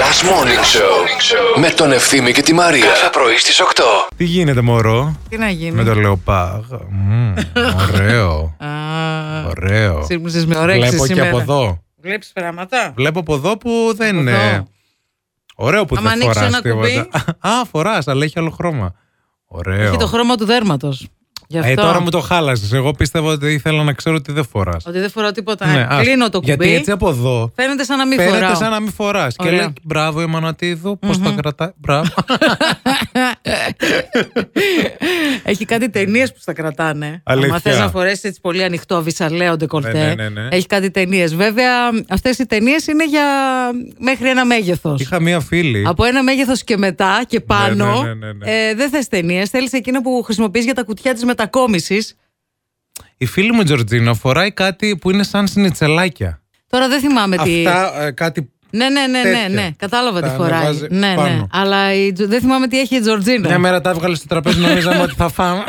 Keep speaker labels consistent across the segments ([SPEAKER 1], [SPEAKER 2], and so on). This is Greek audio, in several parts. [SPEAKER 1] Last Morning Show με τον Ευθύμη και τη Μαρία. Κάθε πρωί στις 8.
[SPEAKER 2] Τι γίνεται, Μωρό.
[SPEAKER 3] Τι να γίνει.
[SPEAKER 2] Με το λεοπάγ. Μμμ, Ωραίο.
[SPEAKER 3] Α,
[SPEAKER 2] Ωραίο.
[SPEAKER 3] Σύρμουσες με ωρέξεις
[SPEAKER 2] Βλέπω και
[SPEAKER 3] σήμερα.
[SPEAKER 2] από εδώ.
[SPEAKER 3] Βλέπεις πράγματα.
[SPEAKER 2] Βλέπω από εδώ που δεν
[SPEAKER 3] Από
[SPEAKER 2] είναι.
[SPEAKER 3] εδώ.
[SPEAKER 2] Ωραίο που
[SPEAKER 3] Άμα
[SPEAKER 2] δεν
[SPEAKER 3] ανοίξω
[SPEAKER 2] φοράς
[SPEAKER 3] ένα
[SPEAKER 2] τίποτα. Α, φοράς, αλλά έχει άλλο χρώμα. Ωραίο.
[SPEAKER 3] Έχει το χρώμα του δέρματος. Γι' αυτό.
[SPEAKER 2] Ε, τώρα μου το χάλασες. Εγώ πίστευα ότι ήθελα να ξέρω ότι δεν φοράς.
[SPEAKER 3] Ότι δεν φοράω τίποτα. Κλείνω το κουμπί.
[SPEAKER 2] Ναι, Γιατί έτσι από εδώ
[SPEAKER 3] Φαίνεται σαν να μην
[SPEAKER 2] φαίνεται
[SPEAKER 3] φοράω.
[SPEAKER 2] σαν να μην φοράς. Και
[SPEAKER 3] Ωραία.
[SPEAKER 2] λέει μπράβο η Μανατίδου, πώς τα κρατάει. Μπράβο.
[SPEAKER 3] Έχει κάτι ταινίες που στα κρατάνε.
[SPEAKER 2] Αλήθεια.
[SPEAKER 3] Αν θες να φορέσεις έτσι πολύ ανοιχτό, βυσαλέο ντεκολτέ.
[SPEAKER 2] Ναι, ναι, ναι, ναι.
[SPEAKER 3] Έχει κάτι ταινίες. Βέβαια, αυτές οι ταινίες είναι για μέχρι ένα μέγεθος.
[SPEAKER 2] Είχα μία φίλη.
[SPEAKER 3] Από ένα μέγεθος και μετά και πάνω.
[SPEAKER 2] ναι, ναι, ναι.
[SPEAKER 3] Ε, δεν θες ταινίες. Θέλεις εκείνα που χρησιμοποιείς για τα κουτιά της μετακόμισης.
[SPEAKER 2] Η φίλη μου Τζορτζίνα φοράει κάτι που είναι σαν συνιτσελάκια.
[SPEAKER 3] Τώρα δεν θυμάμαι τι.
[SPEAKER 2] Αυτά ε, κάτι.
[SPEAKER 3] Ναι, ναι, ναι,
[SPEAKER 2] τέτοια.
[SPEAKER 3] ναι, ναι. Κατάλαβα
[SPEAKER 2] Τα
[SPEAKER 3] τι φοράει.
[SPEAKER 2] ανεβάζει
[SPEAKER 3] Ναι, ναι.
[SPEAKER 2] πάνω.
[SPEAKER 3] Αλλά η... Τζο- δεν θυμάμαι τι έχει η Τζορτζίνα.
[SPEAKER 2] Μια μέρα τα έβγαλε στο τραπέζι, νομίζαμε ότι θα φάμε.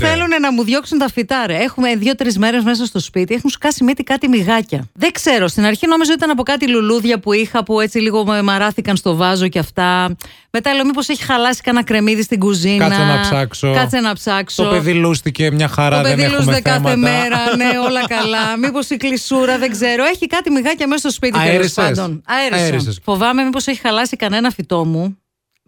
[SPEAKER 3] Θέλουν να μου διώξουν τα φυτά, ρε. Έχουμε δύο-τρει μέρες μέσα στο σπίτι, έχουν σκάσει μύτη κάτι μυγάκια. Δεν ξέρω. Στην αρχή νόμιζα ότι ήταν από κάτι λουλούδια που είχα που έτσι λίγο με μαράθηκαν στο βάζο και αυτά. Μετά λέω μήπως έχει χαλάσει κανένα κρεμμύδι στην κουζίνα.
[SPEAKER 2] Κάτσε να ψάξω.
[SPEAKER 3] Κάτσε να ψάξω.
[SPEAKER 2] Το παιδί λούστηκε μια χαρά,
[SPEAKER 3] Το
[SPEAKER 2] δεν
[SPEAKER 3] παιδί
[SPEAKER 2] έχουμε
[SPEAKER 3] λούζεται
[SPEAKER 2] θέματα.
[SPEAKER 3] κάθε μέρα, ναι, όλα καλά. Μήπως η κλεισούρα, δεν ξέρω. Έχει κάτι μυγάκια μέσα στο σπίτι τέλος
[SPEAKER 2] Αέρισες.
[SPEAKER 3] πάντων. Αέρισα.
[SPEAKER 2] Αέριses.
[SPEAKER 3] Φοβάμαι μήπως έχει χαλάσει κανένα φυτό μου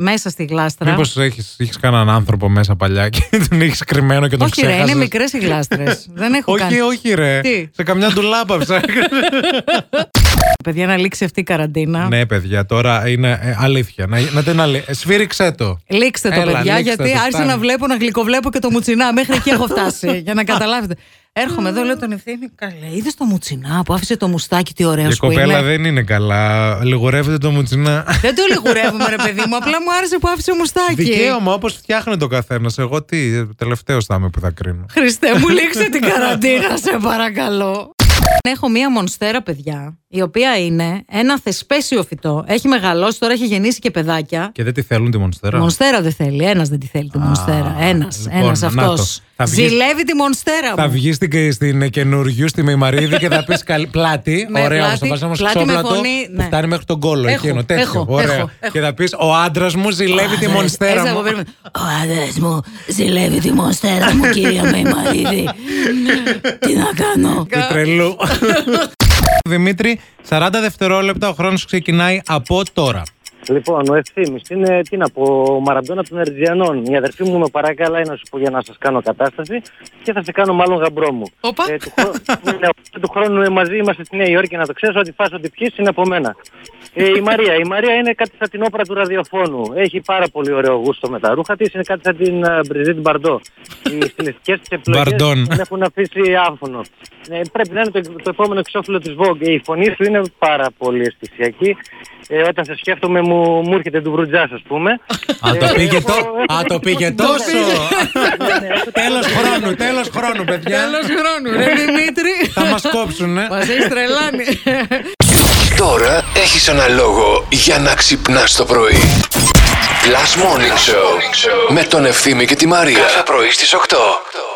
[SPEAKER 3] μέσα στη γλάστρα.
[SPEAKER 2] Μήπως έχεις, έχεις κανέναν άνθρωπο μέσα παλιά και τον έχεις κρυμμένο και τον
[SPEAKER 3] Όχι, ρε,
[SPEAKER 2] ξέχασες.
[SPEAKER 3] είναι μικρές οι γλάστρες. δεν έχω
[SPEAKER 2] Όχι,
[SPEAKER 3] κάνει.
[SPEAKER 2] όχι ρε.
[SPEAKER 3] Τι?
[SPEAKER 2] Σε καμιά ντουλάπα ψάχνεις.
[SPEAKER 3] Παιδιά, να λήξει αυτή η καραντίνα.
[SPEAKER 2] ναι, παιδιά, τώρα είναι ε, αλήθεια. Να, να την αλή... ε, Σφύριξέ το.
[SPEAKER 3] Λήξτε το,
[SPEAKER 2] Έλα,
[SPEAKER 3] παιδιά,
[SPEAKER 2] λήξτε
[SPEAKER 3] γιατί
[SPEAKER 2] το,
[SPEAKER 3] άρχισα
[SPEAKER 2] φτάνει.
[SPEAKER 3] να βλέπω, να γλυκοβλέπω και το μουτσινά. Μέχρι εκεί έχω φτάσει, για να καταλάβετε. Έρχομαι εδώ, λέω τον ευθύνη. Καλέ, είδες το μουτσινά που άφησε το μουστάκι, τι ωραίος
[SPEAKER 2] Η
[SPEAKER 3] που
[SPEAKER 2] κοπέλα
[SPEAKER 3] είναι.
[SPEAKER 2] δεν είναι καλά. Λιγορεύεται το μουτσινά.
[SPEAKER 3] Δεν το λιγουρεύουμε, ρε παιδί μου. Απλά μου άρεσε που άφησε μουστάκι.
[SPEAKER 2] Δικαίωμα όπως φτιάχνει το καθένας. Εγώ τι, ε, τελευταίο θα είμαι που θα κρίνω.
[SPEAKER 3] Χριστέ μου, λήξε την καραντίνα, σε παρακαλώ. Έχω μία μονστέρα, παιδιά, η οποία είναι ένα θεσπέσιο φυτό. Έχει μεγαλώσει, τώρα έχει γεννήσει και παιδάκια.
[SPEAKER 2] Και δεν τη θέλουν τη μονστέρα.
[SPEAKER 3] Μονστέρα δεν θέλει. Ένας δεν τη θέλει τη μονστέρα. Ένας.
[SPEAKER 2] λοιπόν,
[SPEAKER 3] Ένας
[SPEAKER 2] να
[SPEAKER 3] αυτός.
[SPEAKER 2] το. Θα βγεις-
[SPEAKER 3] Ζηλεύει τη μονστέρα
[SPEAKER 2] Θα
[SPEAKER 3] μου.
[SPEAKER 2] βγεις στην, και- στην καινούριου, στη Μημαρίδη και θα πεις καλή. Πλάτη.
[SPEAKER 3] Με
[SPEAKER 2] ωραία, όμως
[SPEAKER 3] πλάτη,
[SPEAKER 2] θα πα όμως
[SPEAKER 3] πλάτη
[SPEAKER 2] ξόπλατο.
[SPEAKER 3] με φωνή,
[SPEAKER 2] που
[SPEAKER 3] ναι.
[SPEAKER 2] Φτάνει μέχρι τον κόλο
[SPEAKER 3] Έχω,
[SPEAKER 2] εκείνο. Τέτοιο.
[SPEAKER 3] έχω,
[SPEAKER 2] ωραία.
[SPEAKER 3] έχω, έχω.
[SPEAKER 2] Και θα πεις ο άντρας μου ζηλεύει τη μονστέρα
[SPEAKER 3] Έτσι,
[SPEAKER 2] μου.
[SPEAKER 3] από πριν.
[SPEAKER 4] Ο άντρας μου ζηλεύει τη μονστέρα μου, κυρία Μεϊμαρίδη. Τι να κάνω.
[SPEAKER 2] Του τρελού. Δημήτρη, 40 δευτερόλεπτα ο χρόνος ξεκινάει από τώρα.
[SPEAKER 5] Λοιπόν, ο Ευθύμης είναι, τι να πω, ο Μαραντόνα των Ερτζιανών. Η αδερφή μου με παρακαλάει να σου πω για να σας κάνω κατάσταση και θα σε κάνω μάλλον γαμπρό μου.
[SPEAKER 3] Όπα.
[SPEAKER 5] Ε, του, χρο... ναι, του χρόνου ε, μαζί είμαστε στη Νέα Υόρκη να το ξέρεις ότι φας ότι πιείς είναι από μένα. Ε, η Μαρία. Η Μαρία είναι κάτι σαν την όπρα του ραδιοφώνου. Έχει πάρα πολύ ωραίο γούστο με τα ρούχα της. Είναι κάτι σαν την ε, Μπριζίτ Μπαρντό. Οι στιλιστικές τη επιλογέ
[SPEAKER 2] Μπαρντόν.
[SPEAKER 5] την έχουν αφήσει άφωνο. Ε, πρέπει να είναι το, το επόμενο εξώφυλλο της Vogue. Ε, Η φωνή σου είναι πάρα πολύ αισθησιακή. Ε, όταν σε σκέφτομαι μου, μου έρχεται του Μπρουτζά, ας πούμε.
[SPEAKER 2] Α, το
[SPEAKER 5] Ε,
[SPEAKER 2] πήγε
[SPEAKER 5] έχω-
[SPEAKER 2] το-
[SPEAKER 5] έχω-
[SPEAKER 2] α, το πήγε
[SPEAKER 5] Ναι,
[SPEAKER 2] τόσο.
[SPEAKER 5] ναι, ναι, έχω-
[SPEAKER 2] Τέλο χρόνου, τέλος χρόνου, παιδιά.
[SPEAKER 3] Τέλος χρόνου, ρε Δημήτρη.
[SPEAKER 2] Θα μας κόψουν,
[SPEAKER 3] Μας έχει τρελάνει.
[SPEAKER 1] Τώρα έχεις ένα λόγο για να ξυπνάς το πρωί. Last Morning Show με τον Ευθύμη και τη Μαρία. Κάθε πρωί στις 8.